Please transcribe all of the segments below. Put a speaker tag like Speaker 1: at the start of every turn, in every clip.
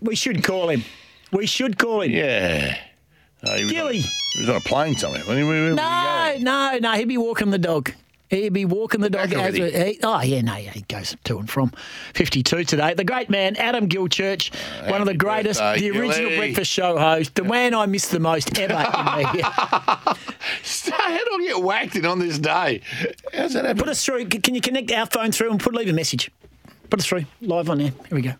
Speaker 1: We should call him. We should call him.
Speaker 2: Yeah. Uh, he was
Speaker 1: Gilly.
Speaker 2: On, he was on a plane somewhere. wasn't he? Where- where was he
Speaker 1: No,
Speaker 2: going?
Speaker 1: no, no. He'd be walking the dog. He'd be walking the dog
Speaker 2: Back
Speaker 1: as
Speaker 2: already.
Speaker 1: a, he, oh yeah, no, yeah, he goes to and from. Fifty-two today. The great man Adam Gilchurch, one of the
Speaker 2: Uh, happy
Speaker 1: greatest,
Speaker 2: birthday,
Speaker 1: the original
Speaker 2: Gilly.
Speaker 1: breakfast show host, the man I miss the most ever in media.
Speaker 2: How do I get whacked in on this day? How's that happen?
Speaker 1: Put us through. C- Can you connect our phone through and put leave a message? Put us through live on air. Here we go.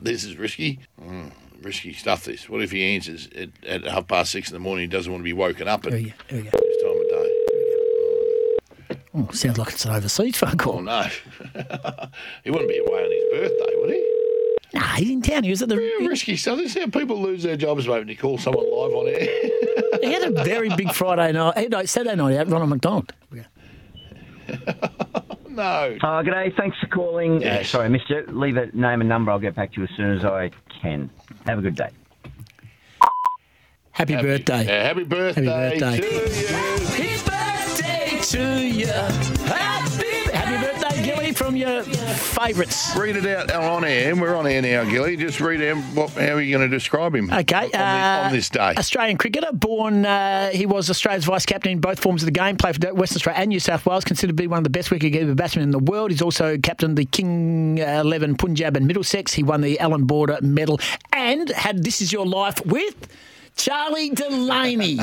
Speaker 2: this is risky. Mm, risky stuff, this. What if he answers at, at half past six in the morning? He doesn't want to be woken up at
Speaker 1: Here we
Speaker 2: this
Speaker 1: go. Here we go.
Speaker 2: time of day.
Speaker 1: Oh, sounds like it's an overseas phone
Speaker 2: Oh,
Speaker 1: call.
Speaker 2: no. he wouldn't be away on his birthday, would he?
Speaker 1: Nah, he's in town. He was at the.
Speaker 2: Yeah, risky stuff. This is how people lose their jobs, mate, when you call someone live on air.
Speaker 1: He had a very big Friday night, eh, no, Saturday night out. Ronald McDonald. Here we go.
Speaker 2: no.
Speaker 3: Uh, g'day. Thanks for calling.
Speaker 2: Yes.
Speaker 3: Uh, sorry, mister. Leave a name and number. I'll get back to you as soon as I can. Have a good day.
Speaker 1: Happy, birthday.
Speaker 2: Yeah, happy birthday,
Speaker 1: birthday.
Speaker 2: to you.
Speaker 1: Happy birthday to you. Happy, birthday, Gilly, from your favourites.
Speaker 2: Read it out on air. and We're on air now, Gilly. Just read out what, how are you going to describe him?
Speaker 1: Okay.
Speaker 2: On, the-
Speaker 1: uh,
Speaker 2: on this day.
Speaker 1: Australian cricketer, born, uh, he was Australia's vice captain in both forms of the game, played for Western Australia and New South Wales, considered to be one of the best wicketkeeper batsmen in the world. He's also captained the King uh, 11 Punjab and Middlesex. He won the Alan Border medal and had This Is Your Life with Charlie Delaney.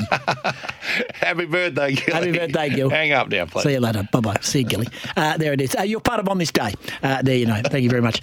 Speaker 2: Happy birthday, Gilly.
Speaker 1: Happy birthday, Gil.
Speaker 2: Hang up now, please.
Speaker 1: See you later. Bye bye. See you, Gilly. Uh, there it is. Uh, you're part of On This Day. Uh, there you know. Thank you very much.